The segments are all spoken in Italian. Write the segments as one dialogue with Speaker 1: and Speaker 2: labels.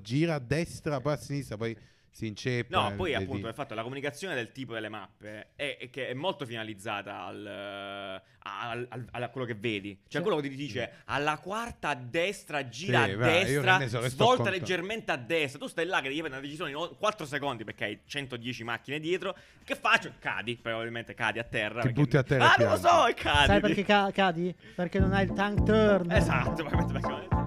Speaker 1: gira a destra, poi a sinistra, poi si inceppa.
Speaker 2: No, poi
Speaker 1: eh,
Speaker 2: appunto,
Speaker 1: di-
Speaker 2: hai fatto la comunicazione del tipo delle mappe è, è che è molto finalizzata al, eh, al- al- alla- a quello che vedi. Cioè,
Speaker 3: Cioè-
Speaker 2: quello che ti dice alla quarta a destra, gira
Speaker 1: Sì,
Speaker 2: a
Speaker 1: va, io
Speaker 2: destra,
Speaker 1: ne so che sto
Speaker 2: svolta
Speaker 1: contando.
Speaker 2: leggermente a destra. Tu stai là che devi prendere una decisione in 4 secondi perché hai 110 macchine dietro. Che faccio? Cadi, probabilmente cadi a terra.
Speaker 1: Ti
Speaker 2: perché-
Speaker 1: butti a terra e
Speaker 2: Ah, non lo
Speaker 1: piangi.
Speaker 2: so, e cadi.
Speaker 3: Sai perché ca- cadi? Perché non hai il tank turn.
Speaker 2: Esatto, probabilmente perché...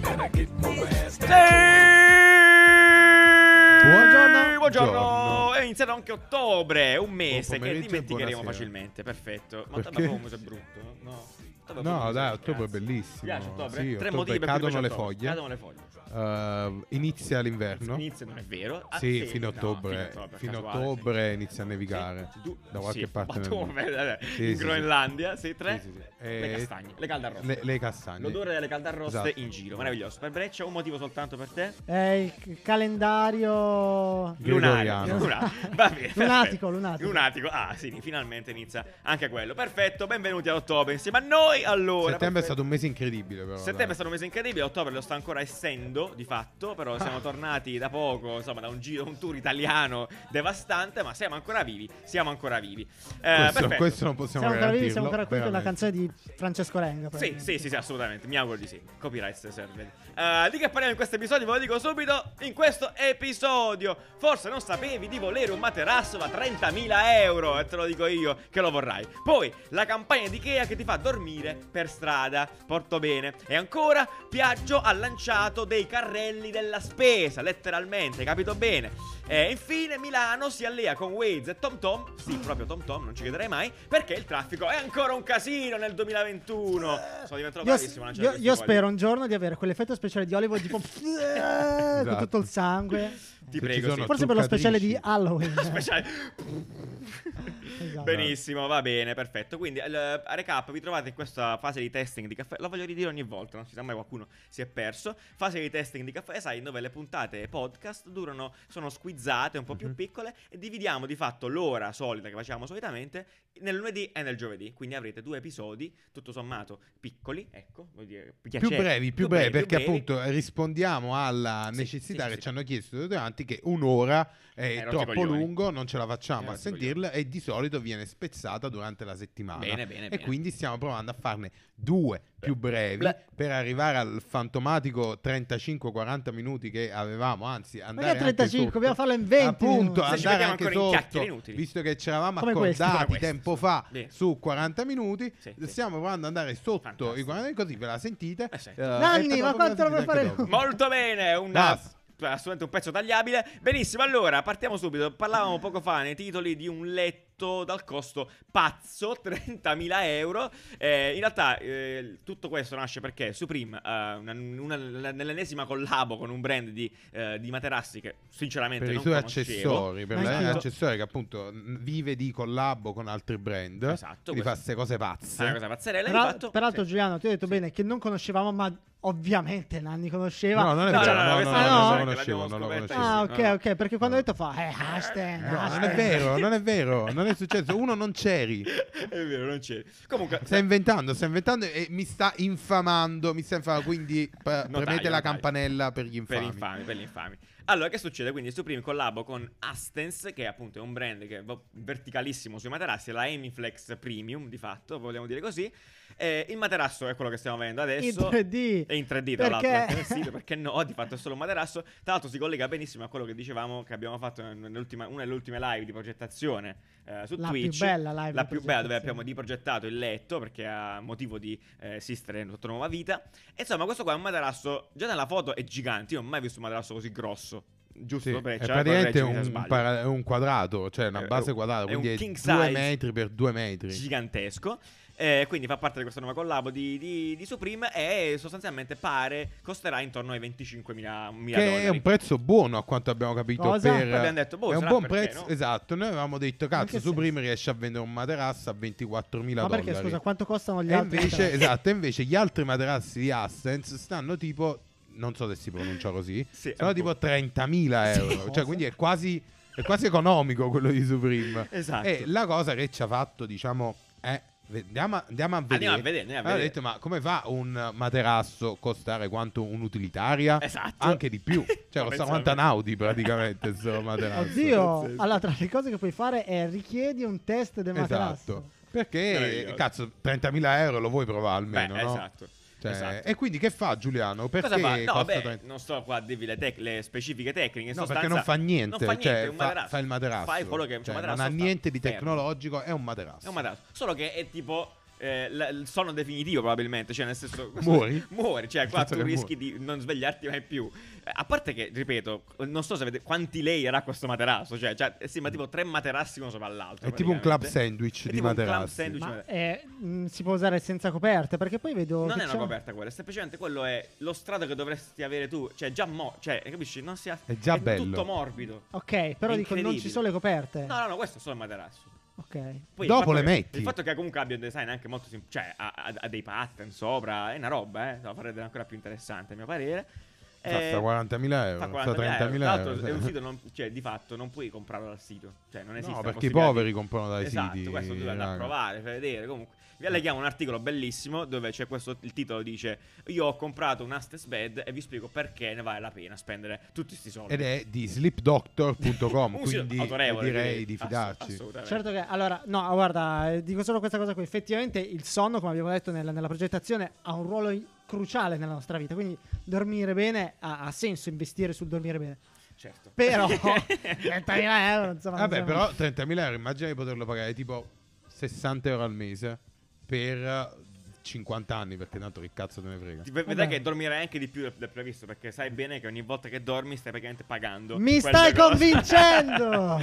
Speaker 2: Sì!
Speaker 1: Buongiorno.
Speaker 2: Buongiorno.
Speaker 1: Buongiorno.
Speaker 2: È iniziato anche ottobre, un
Speaker 1: Buon
Speaker 2: mese
Speaker 1: pomeriggio
Speaker 2: che
Speaker 1: e
Speaker 2: dimenticheremo
Speaker 1: buonasera.
Speaker 2: facilmente. Perfetto. Ma
Speaker 1: Perché?
Speaker 2: tanto Pomus è brutto. No, Ottobre è
Speaker 1: No,
Speaker 2: brutto,
Speaker 1: dai,
Speaker 2: cazzo.
Speaker 1: ottobre è
Speaker 2: Ti piace
Speaker 1: bellissimo.
Speaker 2: ottobre?
Speaker 1: Sì,
Speaker 2: Tre
Speaker 1: ottobre
Speaker 2: motivi per cui
Speaker 1: cadono le
Speaker 2: mi piace ottobre.
Speaker 1: foglie.
Speaker 2: Cadono le foglie.
Speaker 1: Eh, inizia l'inverno.
Speaker 2: Inizia, non è vero? Ah,
Speaker 1: Sì, fino a
Speaker 2: no,
Speaker 1: ottobre.
Speaker 2: fino a
Speaker 1: fino a
Speaker 2: casuale,
Speaker 1: ottobre inizia a nevicare.
Speaker 2: sì. Tu-
Speaker 1: Da qualche
Speaker 2: sì,
Speaker 1: parte. nel
Speaker 2: ottobre,
Speaker 1: mondo.
Speaker 2: vabbè,
Speaker 1: Sì,
Speaker 2: in
Speaker 1: sì,
Speaker 2: Groenlandia, sì,
Speaker 1: sì.
Speaker 2: tre.
Speaker 1: Sì, sì, sì.
Speaker 2: Le
Speaker 1: Eh,
Speaker 2: castagne, le calde arroste.
Speaker 1: Le, le castagne.
Speaker 2: L'odore delle calde arroste
Speaker 1: Esatto.
Speaker 2: in giro, meraviglioso. Per Breccia, un motivo soltanto per te?
Speaker 3: È il c- calendario.
Speaker 1: Gregoriano.
Speaker 2: Lunare. Va bene.
Speaker 3: Lunatico,
Speaker 2: perfetto.
Speaker 3: lunatico.
Speaker 2: Lunatico. Ah, sì, finalmente inizia anche quello. Perfetto, benvenuti ad ottobre insieme a noi. Allora,
Speaker 1: Settembre è
Speaker 2: perfetto.
Speaker 1: stato un mese incredibile, però.
Speaker 2: Settembre è
Speaker 1: dai.
Speaker 2: stato un mese incredibile, ottobre lo sta ancora essendo di fatto, però
Speaker 1: Ah.
Speaker 2: siamo tornati da poco, insomma da un giro, un tour italiano devastante, ma siamo ancora vivi, siamo ancora vivi. Eh,
Speaker 1: questo,
Speaker 2: perfetto.
Speaker 1: questo non possiamo
Speaker 3: Siamo ancora vivi,
Speaker 1: garantirlo.
Speaker 3: siamo ancora qui con la
Speaker 1: veramente.
Speaker 3: canzone di Francesco Renga.
Speaker 2: Sì,
Speaker 3: praticamente.
Speaker 2: sì, sì, sì, assolutamente, mi auguro di sì. Copyright se serve. Eh, di che parliamo in questo episodio? Ve lo dico subito, in questo episodio. Forse non sapevi di volere un materasso da 30.000 euro, e te lo dico io che lo vorrai. Poi, la campagna di Ikea che ti fa dormire per strada, porto bene. E ancora, Piaggio ha lanciato dei carrelli della spesa, letteralmente, capito bene? E infine Milano si allea con Waze e TomTom, sì proprio TomTom, non ci chiederai mai, perché il traffico è ancora un casino nel 2021. Sono diventato
Speaker 3: Eh, Io,
Speaker 2: bravissimo a
Speaker 3: io-
Speaker 2: lanciare questi
Speaker 3: io
Speaker 2: fogli.
Speaker 3: spero un giorno di avere quell'effetto speciale di Hollywood tipo con
Speaker 1: Esatto.
Speaker 3: tutto il sangue.
Speaker 2: Ti
Speaker 1: Se
Speaker 2: prego,
Speaker 1: ci sono
Speaker 2: sì.
Speaker 3: Forse per lo
Speaker 1: Zuccatrici.
Speaker 3: speciale di Halloween.
Speaker 2: Speciale.
Speaker 3: Esatto.
Speaker 2: Benissimo, va bene, perfetto. Quindi, al- a recap, vi trovate in questa fase di testing di caffè. La voglio ridire ogni volta, non si sa mai qualcuno si è perso. Fase di testing di caffè, sai, dove le puntate podcast durano, sono squizzate, un po' più
Speaker 1: Mhm.
Speaker 2: piccole. E dividiamo di fatto l'ora solita che facciamo solitamente nel lunedì e nel giovedì. Quindi avrete due episodi, tutto sommato, piccoli. Ecco, voglio dire,
Speaker 1: Più
Speaker 2: piacere-
Speaker 1: brevi, più, brevi, perché
Speaker 2: brevi.
Speaker 1: appunto eh, rispondiamo alla
Speaker 2: Sì,
Speaker 1: necessità
Speaker 2: sì,
Speaker 1: che
Speaker 2: sì,
Speaker 1: ci
Speaker 2: sì.
Speaker 1: hanno chiesto tutti quanti che un'ora è
Speaker 2: Eh, rotti
Speaker 1: troppo
Speaker 2: coglioni.
Speaker 1: lungo, non ce la facciamo
Speaker 2: Eh,
Speaker 1: a
Speaker 2: rotti
Speaker 1: sentirla e di solito viene spezzata durante la settimana.
Speaker 2: Bene, bene,
Speaker 1: E
Speaker 2: bene.
Speaker 1: quindi stiamo provando a farne due più brevi
Speaker 2: Ble-
Speaker 1: per arrivare al fantomatico 35-40 minuti che avevamo, anzi andare
Speaker 3: Perché
Speaker 1: anche
Speaker 3: 35?
Speaker 1: sotto.
Speaker 3: Dobbiamo farlo in 20.
Speaker 1: Appunto,
Speaker 2: Se
Speaker 3: minuti.
Speaker 2: ci
Speaker 1: andare
Speaker 2: mettiamo
Speaker 1: anche
Speaker 2: ancora in chiacchiere
Speaker 1: sotto,
Speaker 2: inutili.
Speaker 1: visto che ci eravamo
Speaker 3: Come questo.
Speaker 1: accordati
Speaker 2: Come questo,
Speaker 1: tempo
Speaker 2: sì.
Speaker 1: fa
Speaker 2: Bene.
Speaker 1: su 40 minuti,
Speaker 2: Sì, sì.
Speaker 1: stiamo provando ad andare sotto
Speaker 2: Fantastico.
Speaker 1: i 40 minuti, così ve la sentite.
Speaker 2: Eh, sì.
Speaker 1: eh,
Speaker 3: Nanni,
Speaker 1: e poi
Speaker 3: ma
Speaker 1: dopo
Speaker 3: quanto
Speaker 1: ve
Speaker 3: lo
Speaker 1: la
Speaker 3: puoi
Speaker 1: sentite
Speaker 3: fare?
Speaker 1: anche dopo.
Speaker 2: Molto bene, un
Speaker 1: Das.
Speaker 2: assolutamente un pezzo tagliabile. Benissimo, allora partiamo subito. Parlavamo poco fa nei titoli di un letto dal costo pazzo, 30.000 euro. Eh, in realtà eh, tutto questo nasce perché Supreme, eh, una- una- nell'ennesima collabo con un brand di, eh, di materassi che sinceramente
Speaker 1: per i
Speaker 2: non
Speaker 1: suoi
Speaker 2: conoscevo.
Speaker 1: accessori, per
Speaker 3: Esatto.
Speaker 1: gli accessori che appunto mh, vive di collabo con altri brand,
Speaker 2: Esatto,
Speaker 1: li
Speaker 2: questo-
Speaker 1: fa queste cose
Speaker 2: È una
Speaker 1: pazze.
Speaker 2: cosa pazzerella.
Speaker 3: Però-
Speaker 2: di fatto-
Speaker 3: peraltro,
Speaker 2: sì.
Speaker 3: Giuliano, ti ho detto
Speaker 2: Sì.
Speaker 3: bene che non conoscevamo, ma ovviamente Nanni conosceva.
Speaker 1: No, non è
Speaker 2: No,
Speaker 1: vero,
Speaker 2: no, no,
Speaker 1: no,
Speaker 2: questa
Speaker 1: no,
Speaker 3: è una
Speaker 1: non
Speaker 3: cosa
Speaker 1: lo
Speaker 3: che
Speaker 1: conoscevo,
Speaker 2: l'abbiamo
Speaker 1: non lo
Speaker 2: scoperta
Speaker 1: conoscevo.
Speaker 3: Ah,
Speaker 2: sì,
Speaker 3: ok, Ah,
Speaker 2: no.
Speaker 3: ok. Perché quando ho detto fa, eh, hashtag.
Speaker 1: No, non
Speaker 3: hashtag.
Speaker 1: è vero, non è vero, non è successo. Uno non c'eri.
Speaker 2: È vero, non c'è. Comunque,
Speaker 1: Sta inventando, sta inventando e mi sta infamando, mi sta infamando, quindi pre-
Speaker 2: Notaio,
Speaker 1: premete la
Speaker 2: notaio.
Speaker 1: campanella per gli infami.
Speaker 2: Per gli infami, per gli infami. Allora, che succede? Quindi Supreme collabo con Astens, che appunto è un brand che va verticalissimo sui materassi, è la Emiflex Premium, di fatto, vogliamo dire così. Eh, il materasso è quello che stiamo vedendo
Speaker 3: In
Speaker 2: adesso.
Speaker 3: 3D.
Speaker 2: È in 3D tra
Speaker 3: Perché-
Speaker 2: l'altro, eh, sì, perché no, di fatto è solo un materasso. Tra l'altro si collega benissimo a quello che dicevamo che abbiamo fatto in- nell'ultima, una delle ultime live di progettazione eh, su
Speaker 3: La più
Speaker 2: Twitch.
Speaker 3: bella live
Speaker 2: La
Speaker 3: di
Speaker 2: più bella dove
Speaker 3: progettazione.
Speaker 2: abbiamo riprogettato il letto perché ha motivo di eh, esistere sotto nuova vita. E insomma, questo qua è un materasso, già nella foto è gigante, io non ho mai visto un materasso così grosso. Giusto?
Speaker 1: Sì, è
Speaker 2: Breccia?
Speaker 1: praticamente
Speaker 2: Correggimi se
Speaker 1: un,
Speaker 2: sbaglio. Eh,
Speaker 1: para- è un quadrato, cioè
Speaker 2: È-
Speaker 1: una base quadrata,
Speaker 2: è un
Speaker 1: quindi è
Speaker 2: king
Speaker 1: 2
Speaker 2: size.
Speaker 1: metri per 2 metri.
Speaker 2: gigantesco. Eh, quindi fa parte di questa nuova collabo di, di- di Supreme e sostanzialmente pare costerà intorno ai 25.000 mila
Speaker 1: Che
Speaker 2: dollari.
Speaker 1: è un prezzo buono a quanto abbiamo capito.
Speaker 3: Cosa?
Speaker 1: Per,
Speaker 2: Poi abbiamo detto, boh,
Speaker 1: è un
Speaker 2: sarà
Speaker 1: buon
Speaker 2: perché,
Speaker 1: prezzo,
Speaker 2: no?
Speaker 1: esatto. Noi avevamo detto,
Speaker 3: che
Speaker 1: cazzo,
Speaker 3: senso?
Speaker 1: Supreme riesce a vendere un materasso a 24.000
Speaker 3: Ma
Speaker 1: dollari.
Speaker 3: perché, scusa, quanto costano gli
Speaker 1: E
Speaker 3: altri?
Speaker 1: invece, esatto, e invece gli altri materassi di Assenz stanno tipo, non so se si pronuncia così,
Speaker 2: Sì, è
Speaker 1: sono
Speaker 2: un
Speaker 1: tipo
Speaker 2: po'.
Speaker 1: 30.000 euro.
Speaker 3: Cosa?
Speaker 1: Cioè, quindi è quasi È quasi economico quello di Supreme.
Speaker 2: Esatto.
Speaker 1: E la cosa che ci ha fatto, diciamo, è. ve- Andiamo a, andiamo a vedere.
Speaker 2: Andiamo a vedere, andiamo a
Speaker 1: Allora, ho detto,
Speaker 2: vedere.
Speaker 1: ma come fa un materasso costare quanto un'utilitaria?
Speaker 2: Esatto.
Speaker 1: Anche di più. Cioè,
Speaker 2: Ma
Speaker 1: costa
Speaker 2: pensavo-
Speaker 1: quanto un Audi praticamente. sto materasso.
Speaker 3: Oddio,
Speaker 1: Pazzesco.
Speaker 3: allora tra le cose che puoi fare è richiedi un test del materasso.
Speaker 1: Esatto. Perché,
Speaker 2: Meraviglioso.
Speaker 1: cazzo, 30.000 euro lo vuoi provare
Speaker 2: Beh,
Speaker 1: almeno, no?
Speaker 2: esatto.
Speaker 1: Cioè,
Speaker 2: esatto.
Speaker 1: E quindi che fa Giuliano? Perché
Speaker 2: Cosa fa? No,
Speaker 1: costa 30.000?
Speaker 2: vabbè, non sto qua a dirvi le, tec- le specifiche tecniche. In
Speaker 1: No,
Speaker 2: sostanza,
Speaker 1: perché non fa niente,
Speaker 2: Non fa niente,
Speaker 1: cioè,
Speaker 2: è un
Speaker 1: fa-
Speaker 2: materasso.
Speaker 1: fa il materasso.
Speaker 2: Fai quello che
Speaker 1: Cioè,
Speaker 2: un materasso
Speaker 1: non ha
Speaker 2: sta
Speaker 1: niente di
Speaker 2: fermo.
Speaker 1: tecnologico, è un materasso.
Speaker 2: È un materasso. Solo che è tipo eh, l- il sonno definitivo, probabilmente. Cioè, nel senso.
Speaker 1: Muori?
Speaker 2: Muori, cioè, qua
Speaker 1: Penso
Speaker 2: tu
Speaker 1: che
Speaker 2: rischi di non svegliarti mai più. Eh, a parte che, ripeto, non so se avete quanti layer ha questo materasso. Cioè, cioè eh sì, ma tipo tre materassi uno sopra l'altro.
Speaker 1: È tipo un club
Speaker 2: praticamente.
Speaker 1: sandwich
Speaker 2: È
Speaker 1: di
Speaker 2: tipo un club
Speaker 1: materassi.
Speaker 2: sandwich.
Speaker 3: Ma eh, mh, si può usare senza coperte? Perché poi vedo.
Speaker 2: Cioè- Non
Speaker 3: che
Speaker 2: è una
Speaker 3: c'è-
Speaker 2: coperta quella, semplicemente quello è lo strato che dovresti avere tu. Cioè, già mo. Cioè, capisci? Non si ha.
Speaker 1: È già bello.
Speaker 2: tutto morbido.
Speaker 3: Ok, però dico non
Speaker 2: Incredibile.
Speaker 3: ci sono le coperte.
Speaker 2: No, no, no, questo è solo il materasso.
Speaker 3: Ok.
Speaker 1: Dopo
Speaker 2: Poi il fatto
Speaker 1: le
Speaker 2: che-
Speaker 1: metti.
Speaker 2: Il fatto che comunque abbia un design anche molto sim- cioè ha, ha- ha dei pattern sopra, è una roba, eh. No, farebbe ancora più interessante, a mio parere. Eh,
Speaker 1: Costa 40.000 euro,
Speaker 2: fa
Speaker 1: costa
Speaker 2: 40.000 euro.
Speaker 1: 30.000
Speaker 2: Tra
Speaker 1: euro.
Speaker 2: l'altro è un sito non- cioè, di fatto non puoi comprarlo dal sito. Cioè, non esiste
Speaker 1: No,
Speaker 2: la
Speaker 1: perché i
Speaker 2: possibilità
Speaker 1: poveri
Speaker 2: di-
Speaker 1: comprano dai
Speaker 2: esatto,
Speaker 1: siti.
Speaker 2: questo tu vai a
Speaker 1: raga.
Speaker 2: provare, fai vedere. Comunque, vi alleghiamo un articolo bellissimo dove c'è questo. Il titolo dice: Io ho comprato un Astes Bed e vi spiego perché ne vale la pena spendere tutti questi soldi.
Speaker 1: Ed è di sleepdoctor.com,
Speaker 2: Un sito
Speaker 1: quindi
Speaker 2: autorevole,
Speaker 1: direi di
Speaker 2: ass-
Speaker 1: fidarci.
Speaker 2: assolutamente.
Speaker 3: Certo che allora, no, guarda, eh, dico solo questa cosa qui. Effettivamente il sonno, come abbiamo detto nella, nella progettazione, ha un ruolo i- cruciale nella nostra vita. Quindi dormire bene ha, ha senso investire sul dormire bene.
Speaker 2: certo.
Speaker 3: Però 30.000 euro, insomma. non
Speaker 1: Vabbè,
Speaker 3: siamo-
Speaker 1: però 30.000 euro immagina di poterlo pagare tipo 60 euro al mese per 50 anni, perché tanto che cazzo te ne frega.
Speaker 2: Ti- Vedrai
Speaker 3: Vabbè.
Speaker 2: che dormirai anche di più del, del previsto perché sai bene che ogni volta che dormi stai praticamente pagando.
Speaker 3: Mi
Speaker 2: quella
Speaker 3: stai
Speaker 2: cosa.
Speaker 3: convincendo!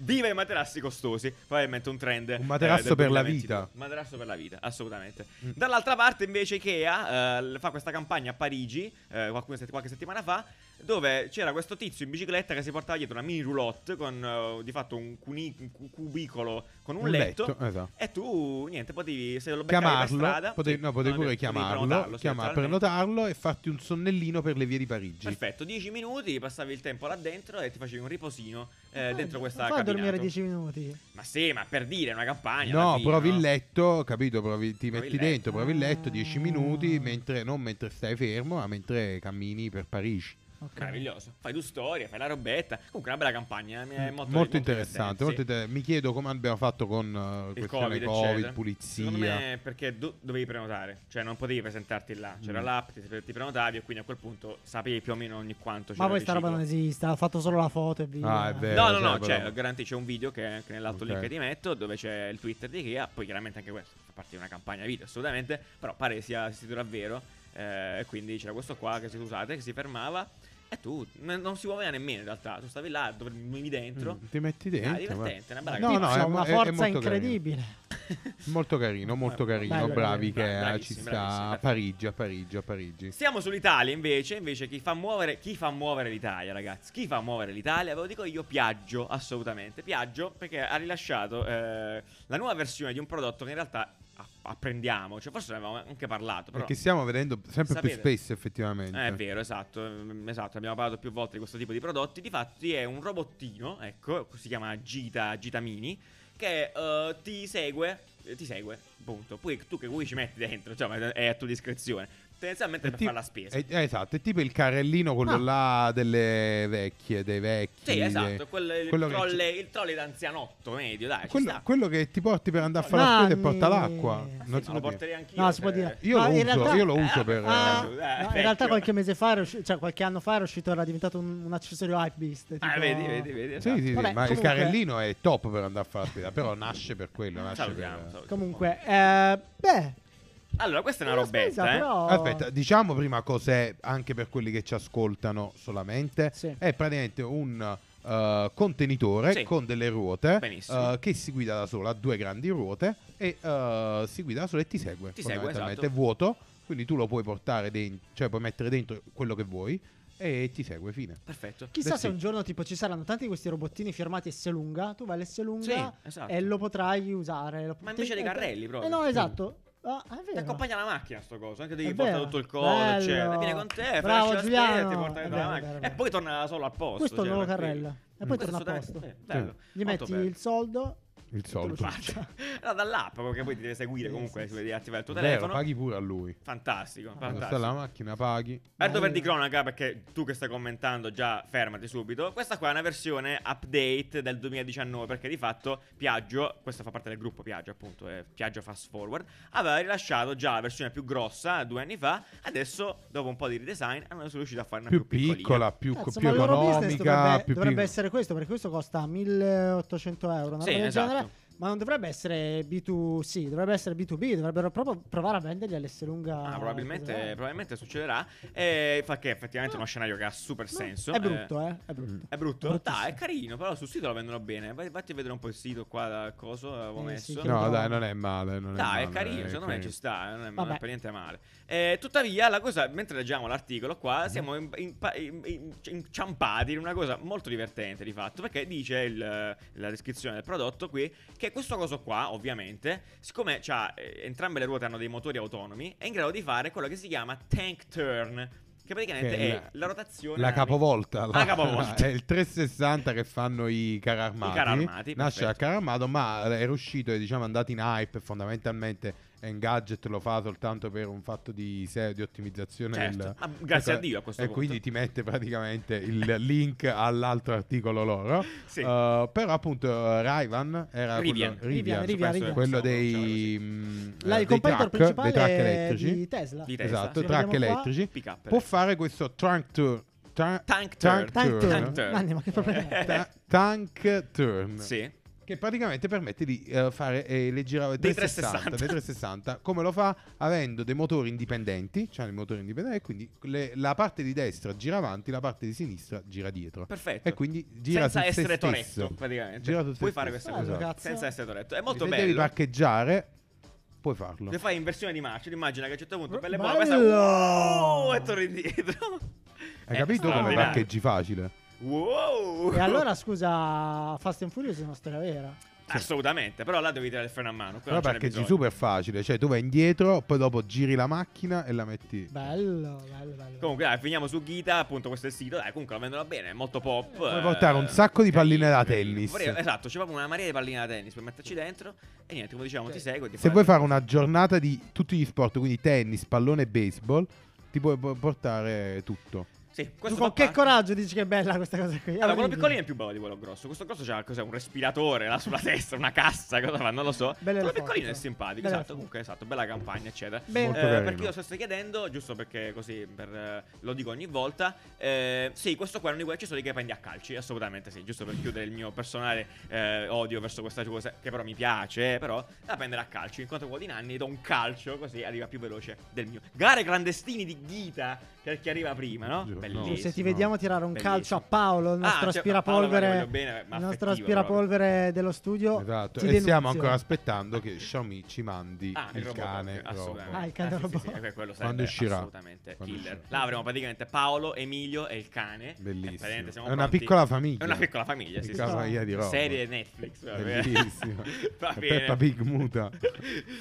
Speaker 2: Viva i materassi costosi, probabilmente un trend. eh,
Speaker 1: Un materasso
Speaker 2: del
Speaker 1: per la
Speaker 2: 2022.
Speaker 1: vita. Mm.
Speaker 2: Un materasso per la vita, assolutamente. Dall'altra parte invece Ikea eh, fa questa campagna a Parigi eh, qualcune sett- qualche settimana fa dove c'era questo tizio in bicicletta che si portava dietro una mini roulotte con eh, di fatto un, cuni- un cu- cubicolo con un, letto.
Speaker 1: esatto.
Speaker 2: E tu, niente, potevi, se lo beccavi per
Speaker 1: chiamarlo,
Speaker 2: strada...
Speaker 1: potevi,
Speaker 2: sì,
Speaker 1: no, potevi pure
Speaker 2: potevi
Speaker 1: chiamarlo,
Speaker 2: prenotarlo, sì,
Speaker 1: chiama-
Speaker 2: letteralmente.
Speaker 1: prenotarlo e farti un sonnellino per le vie di Parigi.
Speaker 2: Perfetto, 10 minuti, passavi il tempo là dentro e ti facevi un riposino eh,
Speaker 1: Ah,
Speaker 3: Fai-
Speaker 2: dentro questa
Speaker 3: fai a
Speaker 2: camminata.
Speaker 3: dormire 10 minuti.
Speaker 2: Ma sì, ma per dire, è una campagna. alla
Speaker 1: No,
Speaker 2: fine,
Speaker 1: provi
Speaker 2: no?
Speaker 1: il letto, capito? Provi- ti
Speaker 2: Provi il
Speaker 1: metti
Speaker 2: letto.
Speaker 1: dentro, provi il letto 10 minuti,
Speaker 3: Ah.
Speaker 1: mentre, non mentre stai fermo, ma mentre cammini per Parigi.
Speaker 3: Ok.
Speaker 2: Meraviglioso. Fai due storie, fai la robetta. Comunque è una bella campagna. eh, mi è molto,
Speaker 1: Mm, molto, interessante. molto inter- Mi chiedo come abbiamo fatto con eh,
Speaker 2: Il
Speaker 1: questione
Speaker 2: Covid,
Speaker 1: Covid,
Speaker 2: eccetera.
Speaker 1: pulizia.
Speaker 2: Secondo me è perché do- dovevi prenotare, cioè non potevi presentarti là. C'era
Speaker 1: Mm.
Speaker 2: l'app, ti, ti prenotavi e quindi a quel punto sapevi più o meno ogni quanto.
Speaker 3: Ma
Speaker 2: c'era
Speaker 3: poi
Speaker 2: di
Speaker 3: sta roba
Speaker 2: ciclo.
Speaker 3: non esiste, ha fatto solo la foto e via.
Speaker 1: Ah, è vero.
Speaker 2: No, no, no,
Speaker 1: cioè,
Speaker 2: cioè,
Speaker 1: però-
Speaker 2: garanti c'è un video che anche nell'alto
Speaker 1: Ok.
Speaker 2: link che ti metto dove c'è il Twitter di Ikea, poi chiaramente anche questo fa parte di una campagna video assolutamente, però pare sia esistito davvero, eh, quindi c'era questo qua che si usate, che si fermava e tu n- non si muoveva nemmeno in realtà, tu stavi là, dormivi dentro,
Speaker 1: Mm, ti metti
Speaker 2: ah,
Speaker 1: dentro. guarda.
Speaker 2: divertente, una bella
Speaker 3: No,
Speaker 1: No,
Speaker 3: no,
Speaker 1: no,
Speaker 2: campagna.
Speaker 1: è
Speaker 3: è
Speaker 1: mo-
Speaker 3: una
Speaker 1: è- è
Speaker 3: forza
Speaker 1: molto carino.
Speaker 3: incredibile.
Speaker 1: Molto carino, molto carino.
Speaker 3: Bello,
Speaker 1: bravi
Speaker 2: bello,
Speaker 1: che
Speaker 2: bravissimo,
Speaker 1: ci
Speaker 2: bravissimo,
Speaker 1: sta a Parigi, a Parigi, a Parigi.
Speaker 2: Siamo sull'Italia invece, invece chi fa muovere, chi fa muovere l'Italia ragazzi, chi fa muovere l'Italia, ve lo dico io, Piaggio, assolutamente, Piaggio perché ha rilasciato eh, la nuova versione di un prodotto che in realtà a- apprendiamo, cioè forse ne avevamo anche parlato, però...
Speaker 1: Perché stiamo vedendo sempre
Speaker 2: Sapete-
Speaker 1: più spesso effettivamente.
Speaker 2: Eh, È vero, esatto, ehm, esatto, abbiamo parlato più volte di questo tipo di prodotti, difatti è un robottino, ecco, si chiama Gita, Gita Mini, che eh, ti segue, eh, ti segue, punto, poi tu che vuoi ci metti dentro, cioè, ma è a tua discrezione, tendenzialmente
Speaker 1: È
Speaker 2: per
Speaker 1: ti-
Speaker 2: fare la spesa.
Speaker 1: è- eh, esatto, è tipo il carrellino quello
Speaker 3: Ah.
Speaker 1: là delle vecchie, dei vecchi.
Speaker 2: Sì, esatto,
Speaker 1: dei-
Speaker 2: quel, il,
Speaker 1: quello che
Speaker 2: troll, il troll d'anzianotto medio, dai, ci
Speaker 1: quello,
Speaker 2: sta.
Speaker 1: quello che ti porti per andare a fare
Speaker 3: Nanni.
Speaker 1: la spesa e porta l'acqua.
Speaker 3: Ah,
Speaker 2: Ah,
Speaker 1: Non
Speaker 2: sì, ma
Speaker 1: si
Speaker 2: lo
Speaker 1: può dire.
Speaker 2: porterei anch'io.
Speaker 3: No, si può
Speaker 2: se-
Speaker 3: dire.
Speaker 1: Io,
Speaker 3: No,
Speaker 1: lo
Speaker 3: in
Speaker 1: uso,
Speaker 3: realtà-
Speaker 1: io lo uso per...
Speaker 3: Ah,
Speaker 2: eh,
Speaker 3: no, in
Speaker 2: vecchio.
Speaker 3: realtà qualche mese fa, era usci- cioè qualche anno fa era uscito, era diventato un, un accessorio hype beast.
Speaker 2: Ah, vedi, vedi, vedi.
Speaker 1: Sì,
Speaker 2: esatto.
Speaker 1: sì, sì,
Speaker 3: Vabbè,
Speaker 1: ma il
Speaker 3: comunque-
Speaker 1: carrellino è top per andare a fare la spesa, però nasce per quello. Nasce
Speaker 2: Salutiamo,
Speaker 1: per...
Speaker 2: salutiamo.
Speaker 3: Comunque, eh, beh,
Speaker 2: Allora, questa è una
Speaker 3: la
Speaker 2: robetta,
Speaker 3: spesa,
Speaker 2: eh.
Speaker 3: però-
Speaker 1: Aspetta, diciamo prima cos'è, anche per quelli che ci ascoltano solamente,
Speaker 3: Sì.
Speaker 1: è praticamente un eh, contenitore
Speaker 2: Sì.
Speaker 1: con delle ruote
Speaker 2: Benissimo.
Speaker 1: eh, che si guida da sola, ha due grandi ruote e eh, si guida da sola e ti segue.
Speaker 2: Ti segue,
Speaker 1: fondamentalmente.
Speaker 2: esatto.
Speaker 1: è vuoto, quindi tu lo puoi portare dentro, cioè puoi mettere dentro quello che vuoi e ti segue, fine.
Speaker 2: Perfetto.
Speaker 3: Chissà
Speaker 1: Beh,
Speaker 3: se
Speaker 1: sì.
Speaker 3: un giorno tipo ci saranno tanti di questi robottini firmati S lunga, tu vai all'S lunga
Speaker 2: Sì, esatto.
Speaker 3: e lo potrai usare. lo-
Speaker 2: Ma invece dei carrelli, proprio.
Speaker 3: Eh no, esatto. Ah, è
Speaker 2: Ti
Speaker 3: vero.
Speaker 2: accompagna la macchina sto coso, anche devi
Speaker 3: È
Speaker 2: portare
Speaker 3: vero.
Speaker 2: tutto il collo,
Speaker 3: Bello.
Speaker 2: cioè, viene con te,
Speaker 3: Bravo,
Speaker 2: fai la
Speaker 3: Giuliano.
Speaker 2: schiena, ti porta
Speaker 3: È
Speaker 2: dalla
Speaker 3: vero,
Speaker 2: macchina
Speaker 3: vero,
Speaker 2: e
Speaker 3: vero.
Speaker 2: poi torna solo al posto.
Speaker 3: Questo
Speaker 2: cioè,
Speaker 3: non lo
Speaker 2: tranquillo.
Speaker 3: carrella. E poi
Speaker 2: Questo
Speaker 3: torna a
Speaker 2: assolutamente- eh,
Speaker 3: posto.
Speaker 2: bello.
Speaker 3: Gli
Speaker 2: Molto
Speaker 3: metti
Speaker 2: bello.
Speaker 3: il soldo.
Speaker 1: Il
Speaker 3: te lo
Speaker 1: soldo.
Speaker 3: faccia.
Speaker 2: Era dall'app, perché poi ti deve seguire
Speaker 3: Sì,
Speaker 2: comunque,
Speaker 3: sì, sì.
Speaker 2: devi attivare il tuo
Speaker 1: Vero,
Speaker 2: telefono.
Speaker 1: paghi pure a lui.
Speaker 2: Fantastico,
Speaker 1: Quando
Speaker 2: fantastico.
Speaker 1: sta la macchina, paghi.
Speaker 2: Per dover di cronaca, perché tu che stai commentando già fermati subito, questa qua è una versione update del 2019, perché di fatto Piaggio, questo fa parte del gruppo Piaggio appunto, eh, Piaggio Fast Forward, aveva rilasciato già la versione più grossa due anni fa, adesso dopo un po' di redesign hanno sono riuscito a farne
Speaker 1: Più
Speaker 2: piccolina.
Speaker 1: piccola, più,
Speaker 3: Cazzo,
Speaker 1: più
Speaker 3: ma il loro business
Speaker 1: economica.
Speaker 3: dovrebbe,
Speaker 1: Più
Speaker 3: dovrebbe
Speaker 1: piccola.
Speaker 3: essere questo, perché questo costa 1800 euro. Una
Speaker 2: Sì,
Speaker 3: roba del
Speaker 2: esatto.
Speaker 3: genere, ma non dovrebbe essere B2C, dovrebbe essere B2B. Dovrebbero proprio provare a venderli all'essere lunga. Eh,
Speaker 2: Ah, probabilmente,
Speaker 3: cosa-
Speaker 2: probabilmente succederà. E fa che effettivamente è uno scenario che ha super
Speaker 3: No,
Speaker 2: senso.
Speaker 3: È brutto, eh. È
Speaker 1: Mm.
Speaker 3: brutto.
Speaker 2: È brutto?
Speaker 3: Bruttissimo.
Speaker 2: Dai, è carino, però sul sito lo vendono bene. Vai- Vatti a vedere un po' il sito qua, da coso, avevo
Speaker 3: Eh, sì,
Speaker 2: messo.
Speaker 3: che
Speaker 1: No, dai, non è male. Non
Speaker 2: Dai,
Speaker 1: è, male,
Speaker 2: è carino, secondo me
Speaker 1: carino.
Speaker 2: ci sta, eh, non è, non è
Speaker 3: Vabbè.
Speaker 2: per niente male. Eh, tuttavia, la cosa, mentre leggiamo l'articolo
Speaker 1: Mhm.
Speaker 2: qua, siamo in- in- in- in- cioè, inciampati in una cosa molto divertente di fatto, perché dice il- la descrizione del prodotto qui che questo coso qua, ovviamente, siccome c'ha, eh, entrambe le ruote hanno dei motori autonomi, è in grado di fare quello che si chiama tank turn, che praticamente
Speaker 1: Che è
Speaker 2: è
Speaker 1: la-
Speaker 2: Eh, la, rotazione...
Speaker 1: La
Speaker 2: anni-
Speaker 1: capovolta,
Speaker 2: La capovolta.
Speaker 1: è il 360 che fanno i carri armati.
Speaker 2: carri armati,
Speaker 1: nasce da
Speaker 2: perfetto.
Speaker 1: carri armato, ma era uscito e diciamo è andato in hype fondamentalmente. Engadget lo fa soltanto per un fatto di, se- di ottimizzazione.
Speaker 2: Certo.
Speaker 1: del-
Speaker 2: Ah, grazie
Speaker 1: ecco,
Speaker 2: a Dio a questo
Speaker 1: E
Speaker 2: punto.
Speaker 1: quindi ti mette praticamente il link all'altro articolo loro.
Speaker 2: Sì.
Speaker 1: Eh, però appunto eh, Raivan era
Speaker 2: Rivian.
Speaker 1: quello, Rivian,
Speaker 3: Rivian, Rivian, Rivian.
Speaker 1: quello dei,
Speaker 2: dei
Speaker 1: mh,
Speaker 3: La-
Speaker 1: eh, dei
Speaker 3: il competitor
Speaker 1: truck, dei
Speaker 3: principale
Speaker 1: truck
Speaker 3: è
Speaker 1: elettrici.
Speaker 3: di Tesla.
Speaker 2: Di Tesla.
Speaker 1: Esatto,
Speaker 2: Sì,
Speaker 1: truck
Speaker 3: vediamo qua.
Speaker 1: elettrici.
Speaker 2: pick up.
Speaker 1: Può fare questo trunk tour. tra-
Speaker 2: Tank
Speaker 1: Tank
Speaker 2: turn.
Speaker 3: Tank
Speaker 1: turn.
Speaker 3: turn.
Speaker 2: turn.
Speaker 3: Nanni, ma che problema è?
Speaker 1: Ta- tank turn
Speaker 2: eh. Sì.
Speaker 1: che praticamente permette di eh, fare eh, le girate
Speaker 2: Dei
Speaker 1: 360,
Speaker 2: 360.
Speaker 1: dei 360 come lo fa avendo dei motori indipendenti cioè il motore indipendente e quindi le- la parte di destra gira avanti la parte di sinistra gira dietro
Speaker 2: Perfetto.
Speaker 1: e quindi gira
Speaker 2: senza
Speaker 1: su se
Speaker 2: essere
Speaker 1: stesso.
Speaker 2: Toretto, praticamente.
Speaker 1: Gira su se
Speaker 2: Puoi fare
Speaker 1: stesso,
Speaker 2: queste
Speaker 3: Bello,
Speaker 2: cose
Speaker 1: esatto.
Speaker 3: cazzo.
Speaker 2: senza essere Toretto. È molto
Speaker 1: se devi
Speaker 2: bello. Eh,
Speaker 1: parcheggiare puoi farlo
Speaker 2: Lo fai in versione di marcia, ti immagina che a un certo punto belle buone
Speaker 3: Bello!
Speaker 2: questa wow, e torni indietro.
Speaker 1: hai capito
Speaker 2: eh,
Speaker 1: come
Speaker 3: straordinario.
Speaker 1: parcheggi facile
Speaker 2: Wow!
Speaker 3: E allora, scusa, Fast and Furious è una storia vera.
Speaker 2: Assolutamente, però là devi tirare il freno a mano,
Speaker 1: però
Speaker 2: quello non ce n'è
Speaker 1: parcheggi
Speaker 2: bisogno.
Speaker 1: super facile cioè tu vai indietro poi dopo giri la macchina e la metti
Speaker 3: Bello, bello, bello.
Speaker 2: Comunque, dai, finiamo su Gita, appunto questo è il sito, dai, comunque lo vendono bene, è molto pop.
Speaker 1: Puoi
Speaker 2: eh,
Speaker 1: portare un sacco di palline da
Speaker 2: carino.
Speaker 1: tennis.
Speaker 2: Vorrei- esatto, c'è proprio una marea di palline da tennis per metterci dentro e niente, come dicevamo, ti seguo e ti
Speaker 1: Se
Speaker 2: fa-
Speaker 1: vuoi fare una giornata di tutti gli sport, quindi tennis, pallone e baseball, ti puoi po- portare tutto.
Speaker 2: Sì,
Speaker 3: Tu
Speaker 2: questo
Speaker 3: con
Speaker 2: fa
Speaker 3: che
Speaker 2: parte-
Speaker 3: coraggio dici che è bella questa cosa qui?
Speaker 2: Allora, quello
Speaker 3: Arrivi.
Speaker 2: piccolino è più bello di quello grosso. Questo grosso c'ha cos'è, un respiratore là sulla testa, una cassa, cosa fa, non lo so.
Speaker 3: Belle le
Speaker 2: quello
Speaker 3: foto.
Speaker 2: piccolino è simpatico,
Speaker 3: Belle le
Speaker 2: esatto,
Speaker 3: foto.
Speaker 2: comunque, esatto, bella campagna, eccetera.
Speaker 3: Bene.
Speaker 1: Molto
Speaker 2: Eh,
Speaker 1: carino.
Speaker 2: per chi lo stesse chiedendo, giusto perché così per, eh, lo dico ogni volta, eh, sì, questo qua è uno di quegli accessori che prendi a calci, assolutamente sì, giusto per chiudere il mio personale eh, odio verso questa cosa che però mi piace, eh, però da prendere a calci, in quanto quello di Nanni do un calcio così arriva più veloce del mio. Gare clandestini di Ghita per chi arriva prima, no?
Speaker 1: Giuro, no.
Speaker 2: Bellissimo.
Speaker 3: Se ti vediamo tirare un
Speaker 2: Bellissimo.
Speaker 3: calcio a Paolo, il nostro
Speaker 2: Ah, cioè,
Speaker 3: aspirapolvere,
Speaker 2: Paolo, voglio bene, ma
Speaker 3: il nostro
Speaker 2: affettivo
Speaker 3: aspirapolvere dello studio.
Speaker 1: Esatto.
Speaker 3: ti
Speaker 1: E stiamo
Speaker 3: denunzio.
Speaker 1: ancora aspettando che Xiaomi ci mandi
Speaker 2: Ah,
Speaker 1: il,
Speaker 2: robot,
Speaker 1: cane.
Speaker 2: proprio, assolutamente. Eh,
Speaker 1: robot.
Speaker 3: Ah, il cane
Speaker 2: sì,
Speaker 3: robot.
Speaker 2: Sì, sì, que- quello
Speaker 1: Quando
Speaker 2: sarebbe
Speaker 1: uscirà?
Speaker 2: assolutamente
Speaker 1: Quando
Speaker 2: killer.
Speaker 1: uscirà?
Speaker 2: Là avremo praticamente Paolo, Emilio e il cane. E
Speaker 1: Bellissimo.
Speaker 2: Eh, praticamente siamo
Speaker 1: È una
Speaker 2: pronti.
Speaker 1: piccola famiglia.
Speaker 2: È una piccola famiglia, sì, sì.
Speaker 1: Piccola
Speaker 2: sì.
Speaker 1: famiglia di roba.
Speaker 2: Serie Netflix, va bene.
Speaker 1: Bellissimo.
Speaker 2: Va bene.
Speaker 1: Peppa Pig muta.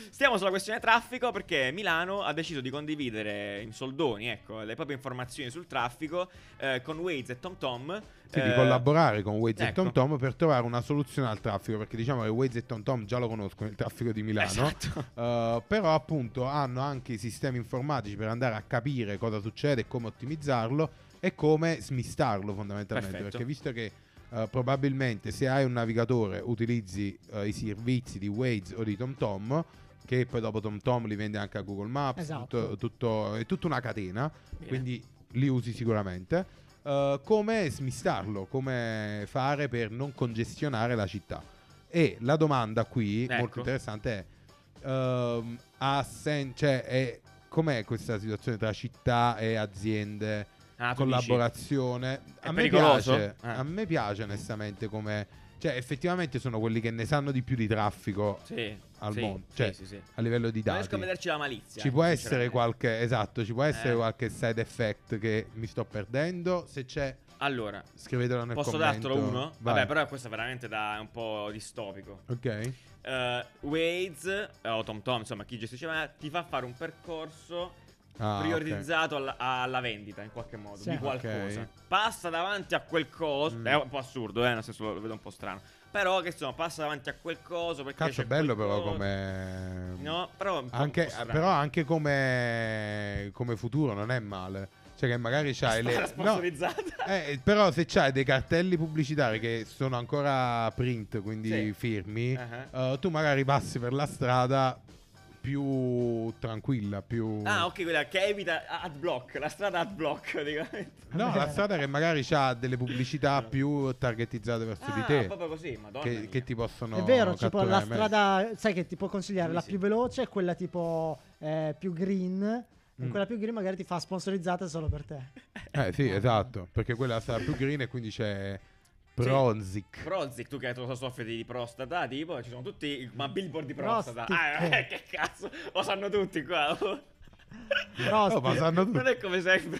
Speaker 2: Stiamo sulla questione traffico perché Milano ha deciso di condividere in soldoni, ecco, le proprie informazioni sul traffico eh, con Waze e TomTom.
Speaker 1: Sì, di
Speaker 2: eh,
Speaker 1: collaborare con Waze e
Speaker 2: ecco.
Speaker 1: TomTom per trovare una soluzione al traffico, perché diciamo che Waze e TomTom già lo conoscono, il traffico di Milano.
Speaker 2: Esatto.
Speaker 1: Uh, però appunto hanno anche i sistemi informatici per andare a capire cosa succede e come ottimizzarlo e come smistarlo fondamentalmente
Speaker 2: Perfetto.
Speaker 1: perché visto che uh, probabilmente se hai un navigatore utilizzi uh, i servizi di Waze o di TomTom che poi dopo TomTom li vende anche a Google Maps
Speaker 3: Esatto.
Speaker 1: tutto- tutto- è tutta una catena
Speaker 2: Bene.
Speaker 1: quindi li usi sicuramente Uh, come smistarlo come fare per non congestionare la città e la domanda qui
Speaker 2: Ecco.
Speaker 1: molto interessante è ehm, ha sen- cioè, è- com'è questa situazione tra città e aziende?
Speaker 2: Ah, tu dici-
Speaker 1: collaborazione.
Speaker 2: È
Speaker 1: a me
Speaker 2: pericoloso?
Speaker 1: piace,
Speaker 2: Ah.
Speaker 1: a me piace onestamente come cioè effettivamente sono quelli che ne sanno di più di traffico
Speaker 2: Sì,
Speaker 1: al
Speaker 2: sì,
Speaker 1: mondo,
Speaker 2: sì,
Speaker 1: cioè
Speaker 2: sì, sì.
Speaker 1: a livello di
Speaker 2: Non riesco a
Speaker 1: dati.
Speaker 2: vederci la malizia.
Speaker 1: Ci può essere
Speaker 2: sinceramente.
Speaker 1: qualche esatto, ci può essere
Speaker 2: Eh.
Speaker 1: qualche side effect che mi sto perdendo, se c'è
Speaker 2: Allora,
Speaker 1: Scrivetelo nel
Speaker 2: posso
Speaker 1: commento.
Speaker 2: dartelo uno?
Speaker 1: Vai.
Speaker 2: Vabbè, però questo è veramente da è un po' distopico.
Speaker 1: Ok.
Speaker 2: Eh, Waze, eh, o Tom Tom, insomma, chi gestisce la- ti fa fare un percorso
Speaker 1: Ah, ok.
Speaker 2: priorizzato alla, alla vendita, in qualche modo,
Speaker 3: Sì.
Speaker 2: di
Speaker 3: Ok.
Speaker 2: qualcosa. Passa davanti a quel coso,
Speaker 1: Mm.
Speaker 2: è un po' assurdo, eh, nel senso lo vedo un po' strano. Però che insomma, passa davanti a quel coso perché
Speaker 1: Cazzo,
Speaker 2: c'è
Speaker 1: bello
Speaker 2: quel
Speaker 1: però
Speaker 2: coso.
Speaker 1: come...
Speaker 2: No, però è un po'- un
Speaker 1: Anche,
Speaker 2: po' strano.
Speaker 1: però anche come, come futuro non è male. Cioè che magari c'hai
Speaker 2: Era
Speaker 1: le... no,
Speaker 2: sponsorizzata.
Speaker 1: eh, però se c'hai dei cartelli pubblicitari che sono ancora print, quindi
Speaker 2: Sì.
Speaker 1: firmi,
Speaker 2: Ah,
Speaker 1: eh, tu magari passi per la strada più tranquilla, più...
Speaker 2: Ah, ok, quella che evita adblock, la strada adblock, praticamente.
Speaker 1: No, la strada che magari ha delle pubblicità
Speaker 2: No.
Speaker 1: più targetizzate verso di
Speaker 2: Ah,
Speaker 1: te.
Speaker 2: proprio così, madonna
Speaker 1: Che,
Speaker 2: mia.
Speaker 1: che ti possono
Speaker 3: È vero, tipo la
Speaker 1: catturare meglio.
Speaker 3: strada, sai che ti può consigliare
Speaker 2: Sì,
Speaker 3: la
Speaker 2: sì.
Speaker 3: più veloce, quella tipo eh, più green, e
Speaker 1: Mm.
Speaker 3: quella più green magari ti fa sponsorizzata solo per te.
Speaker 1: Eh sì, esatto, perché quella sarà più green e quindi c'è Bronzic.
Speaker 2: Prozic, tu che hai detto lo soffri di prostata, tipo, ci sono tutti, i- ma billboard di prostata.
Speaker 3: Prostic.
Speaker 2: Ah, eh, che cazzo, lo sanno tutti qua.
Speaker 3: Però,
Speaker 1: Oh, ma sanno tutti.
Speaker 2: non è come sempre.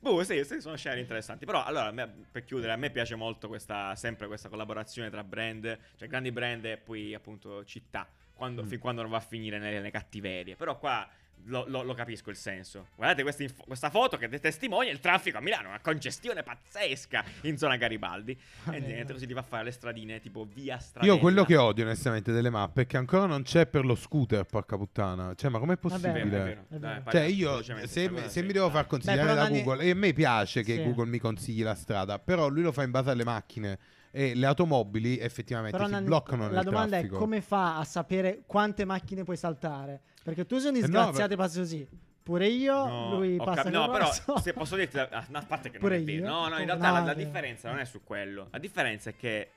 Speaker 2: boh, sì, sì, sono scenari interessanti. Però, allora, a me- per chiudere, a me piace molto questa, sempre questa collaborazione tra brand, cioè grandi brand e poi appunto città, quando-
Speaker 1: Mm.
Speaker 2: fin quando non va a finire nelle, nelle cattiverie. Però qua lo, lo- lo capisco il senso. Guardate questa info- questa foto che testimonia il traffico a Milano, una congestione pazzesca in zona Garibaldi. e
Speaker 3: bene.
Speaker 2: niente, così ti fa fare le stradine tipo via stradina.
Speaker 1: Ah, eh. Io quello che odio onestamente delle mappe è che ancora non c'è per lo scooter, porca puttana. Cioè, ma com'è
Speaker 3: Vabbè,
Speaker 2: È
Speaker 1: possibile?
Speaker 2: vero, è vero.
Speaker 3: È vero.
Speaker 2: Dai,
Speaker 1: Cioè,
Speaker 2: parliamo
Speaker 1: io
Speaker 2: velocemente,
Speaker 1: se,
Speaker 2: sta cosa
Speaker 1: se
Speaker 2: sì,
Speaker 1: mi devo
Speaker 2: dai.
Speaker 1: far consigliare
Speaker 3: però
Speaker 1: da
Speaker 3: Dani-
Speaker 1: Google, e a me piace che
Speaker 3: Sì.
Speaker 1: Google mi consigli la strada, però lui lo fa in base alle macchine e le automobili effettivamente
Speaker 3: però
Speaker 1: si
Speaker 3: Nanni,
Speaker 1: bloccano nel
Speaker 3: la domanda
Speaker 1: traffico.
Speaker 3: è come fa a sapere quante macchine puoi saltare? Perché tu sei un
Speaker 1: Eh, no,
Speaker 3: disgraziato
Speaker 1: per-
Speaker 3: e passi così. Pure io,
Speaker 2: No,
Speaker 3: lui
Speaker 2: ho
Speaker 3: passa
Speaker 2: capi-
Speaker 3: col
Speaker 2: no, però
Speaker 3: rosso.
Speaker 2: se posso dirti, ah, no, a parte che non
Speaker 3: Pure
Speaker 2: è vero.
Speaker 3: io.
Speaker 2: No, no, in
Speaker 3: Oh,
Speaker 2: realtà la, la
Speaker 3: dai.
Speaker 2: differenza non è su quello. La differenza è che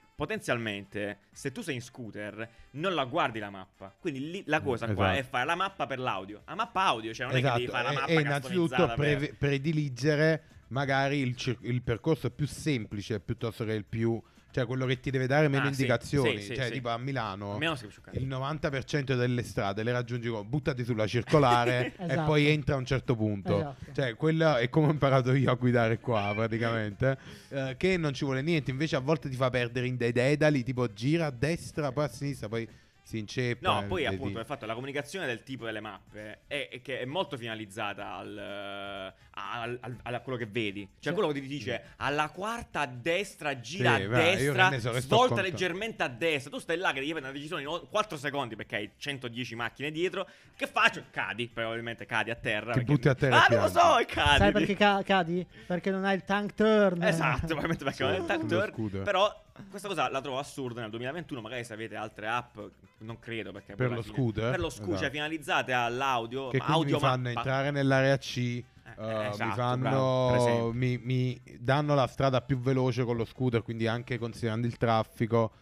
Speaker 2: potenzialmente se tu sei in scooter non la guardi la mappa. Quindi lì la cosa qua
Speaker 1: Esatto.
Speaker 2: è fare la mappa per l'audio. La mappa audio, cioè non è che devi fare la
Speaker 1: e-
Speaker 2: mappa
Speaker 1: e innanzitutto
Speaker 2: customizzata per-
Speaker 1: preve- prediligere magari il, cir- il percorso più semplice piuttosto che il più... Cioè quello che ti deve dare meno
Speaker 2: Ah, sì,
Speaker 1: indicazioni.
Speaker 2: sì, sì,
Speaker 1: cioè
Speaker 2: sì.
Speaker 1: tipo a Milano...
Speaker 2: A me non si capisce un cazzo.
Speaker 1: il 90% delle strade le raggiungi con buttati sulla circolare e
Speaker 3: Esatto.
Speaker 1: poi entra a un certo punto.
Speaker 3: Esatto.
Speaker 1: Cioè, quello è come ho imparato io a guidare qua praticamente. eh, che non ci vuole niente, invece a volte ti fa perdere in dei dedali, tipo gira a destra, poi a sinistra, poi si inceppa.
Speaker 2: No, poi
Speaker 1: eh,
Speaker 2: appunto
Speaker 1: di-
Speaker 2: il fatto è la comunicazione del tipo delle mappe è, è che è molto finalizzata al, eh, al- al- alla- quello che vedi. Cioè,
Speaker 3: Cioè-
Speaker 2: quello che ti dice alla quarta a destra, gira
Speaker 1: Mm. Sì,
Speaker 2: a
Speaker 1: va, io che
Speaker 2: destra,
Speaker 1: ne so, che sto
Speaker 2: svolta
Speaker 1: conto-
Speaker 2: leggermente a destra. Tu stai là che devi prendere una decisione in 4 secondi perché hai 110 macchine dietro. Che faccio? Cadi, probabilmente cadi a terra.
Speaker 1: Ti
Speaker 2: perché-
Speaker 1: butti a terra e
Speaker 2: Ah, non lo
Speaker 1: piangi.
Speaker 2: so, e cadi.
Speaker 3: Sai perché ca- cadi? Perché non hai il tank turn. Cioè,
Speaker 2: Esatto, probabilmente perché
Speaker 1: Sì,
Speaker 2: non è il tag
Speaker 1: sullo
Speaker 2: turn,
Speaker 1: scudo.
Speaker 2: Però questa cosa la trovo assurda nel 2021. Magari se avete altre app, non credo perché
Speaker 1: Per
Speaker 2: poi alla
Speaker 1: lo
Speaker 2: fine-
Speaker 1: scooter,
Speaker 2: per lo scu-
Speaker 1: esatto.
Speaker 2: cioè finalizzate all'audio,
Speaker 1: Che
Speaker 2: ma
Speaker 1: quindi
Speaker 2: audio
Speaker 1: mi fanno
Speaker 2: mappa.
Speaker 1: entrare nell'area C.
Speaker 2: Eh,
Speaker 1: eh,
Speaker 2: esatto,
Speaker 1: mi
Speaker 2: bravo, per esempio.
Speaker 1: fanno mi, mi danno la strada più veloce con lo scooter quindi anche considerando il traffico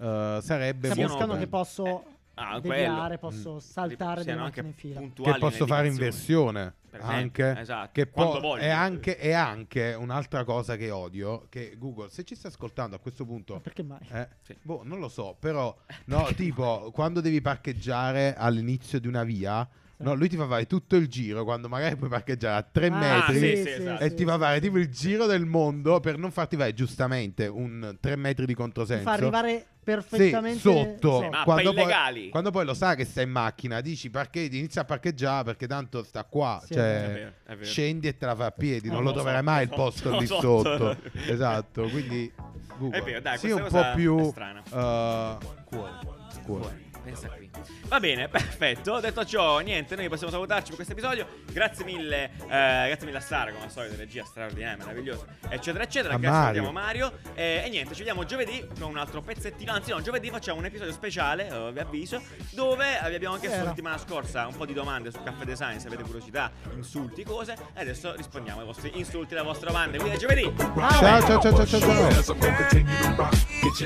Speaker 1: eh, sarebbe molto
Speaker 3: Capiscono
Speaker 2: Sì,
Speaker 3: che
Speaker 1: bello.
Speaker 3: posso
Speaker 2: Ah, quello.
Speaker 3: deviare, posso
Speaker 2: Sì,
Speaker 3: saltare delle
Speaker 2: siano anche
Speaker 3: macchine in fila.
Speaker 2: puntuali
Speaker 1: che posso
Speaker 2: nelle
Speaker 1: fare in
Speaker 2: direzioni.
Speaker 1: versione
Speaker 2: Per esempio,
Speaker 1: anche
Speaker 2: esatto,
Speaker 1: che
Speaker 2: quando
Speaker 1: può-
Speaker 2: voglio.
Speaker 1: è anche, è anche un'altra cosa che odio che Google se ci sta ascoltando a questo punto
Speaker 3: Ma perché mai?
Speaker 1: eh,
Speaker 2: Sì.
Speaker 1: boh non lo so però no tipo quando devi parcheggiare all'inizio di una via no, lui ti fa fare tutto il giro quando magari puoi parcheggiare a 3
Speaker 3: Ah,
Speaker 1: metri
Speaker 2: sì, sì, esatto.
Speaker 1: e ti fa fare tipo il giro del mondo per non farti fare giustamente un 3 metri di
Speaker 3: Ti
Speaker 1: controsenso
Speaker 3: fa arrivare
Speaker 1: Sì,
Speaker 3: perfettamente
Speaker 1: sotto,
Speaker 2: Sì, ma-
Speaker 1: quando,
Speaker 2: mappe
Speaker 1: poi,
Speaker 2: illegali.
Speaker 1: quando poi lo sa che stai in macchina, dici parcheggi, inizia a parcheggiare perché tanto sta qua.
Speaker 3: Sì,
Speaker 1: cioè,
Speaker 2: è vero, è vero.
Speaker 1: scendi e te la fai a piedi,
Speaker 3: Eh,
Speaker 1: non
Speaker 3: lo
Speaker 1: lo
Speaker 2: so,
Speaker 1: troverai mai il
Speaker 2: lo so,
Speaker 1: posto
Speaker 2: lo
Speaker 1: lì
Speaker 2: so.
Speaker 1: sotto. esatto, quindi Google,
Speaker 2: È vero, dai,
Speaker 1: sii
Speaker 2: questa
Speaker 1: un
Speaker 2: cosa
Speaker 1: po' più
Speaker 2: è strana.
Speaker 1: eh, cuore, cuore.
Speaker 2: Pensa qui. Va bene, perfetto. Detto ciò, niente, noi possiamo salutarci per questo episodio. Grazie mille, eh, grazie mille a Sara, come al solito, regia straordinaria, meravigliosa, eccetera, eccetera.
Speaker 1: A
Speaker 2: Grazie,
Speaker 1: Mario.
Speaker 2: salutiamo Mario. Eh, e niente, ci vediamo giovedì con un altro pezzettino. Anzi, no, giovedì facciamo un episodio speciale, eh, vi avviso, dove eh, vi abbiamo chiesto
Speaker 3: Vero.
Speaker 2: la settimana scorsa un po' di domande su Caffè Design, se avete curiosità, insulti, cose. E adesso rispondiamo ai
Speaker 3: Ah,
Speaker 2: vostri insulti, alle vostre domande. Quindi a giovedì!
Speaker 3: ecco.
Speaker 1: Ciao, ciao, ciao, ciao, ciao. ciao.
Speaker 4: As I'm gonna continue to rock, get you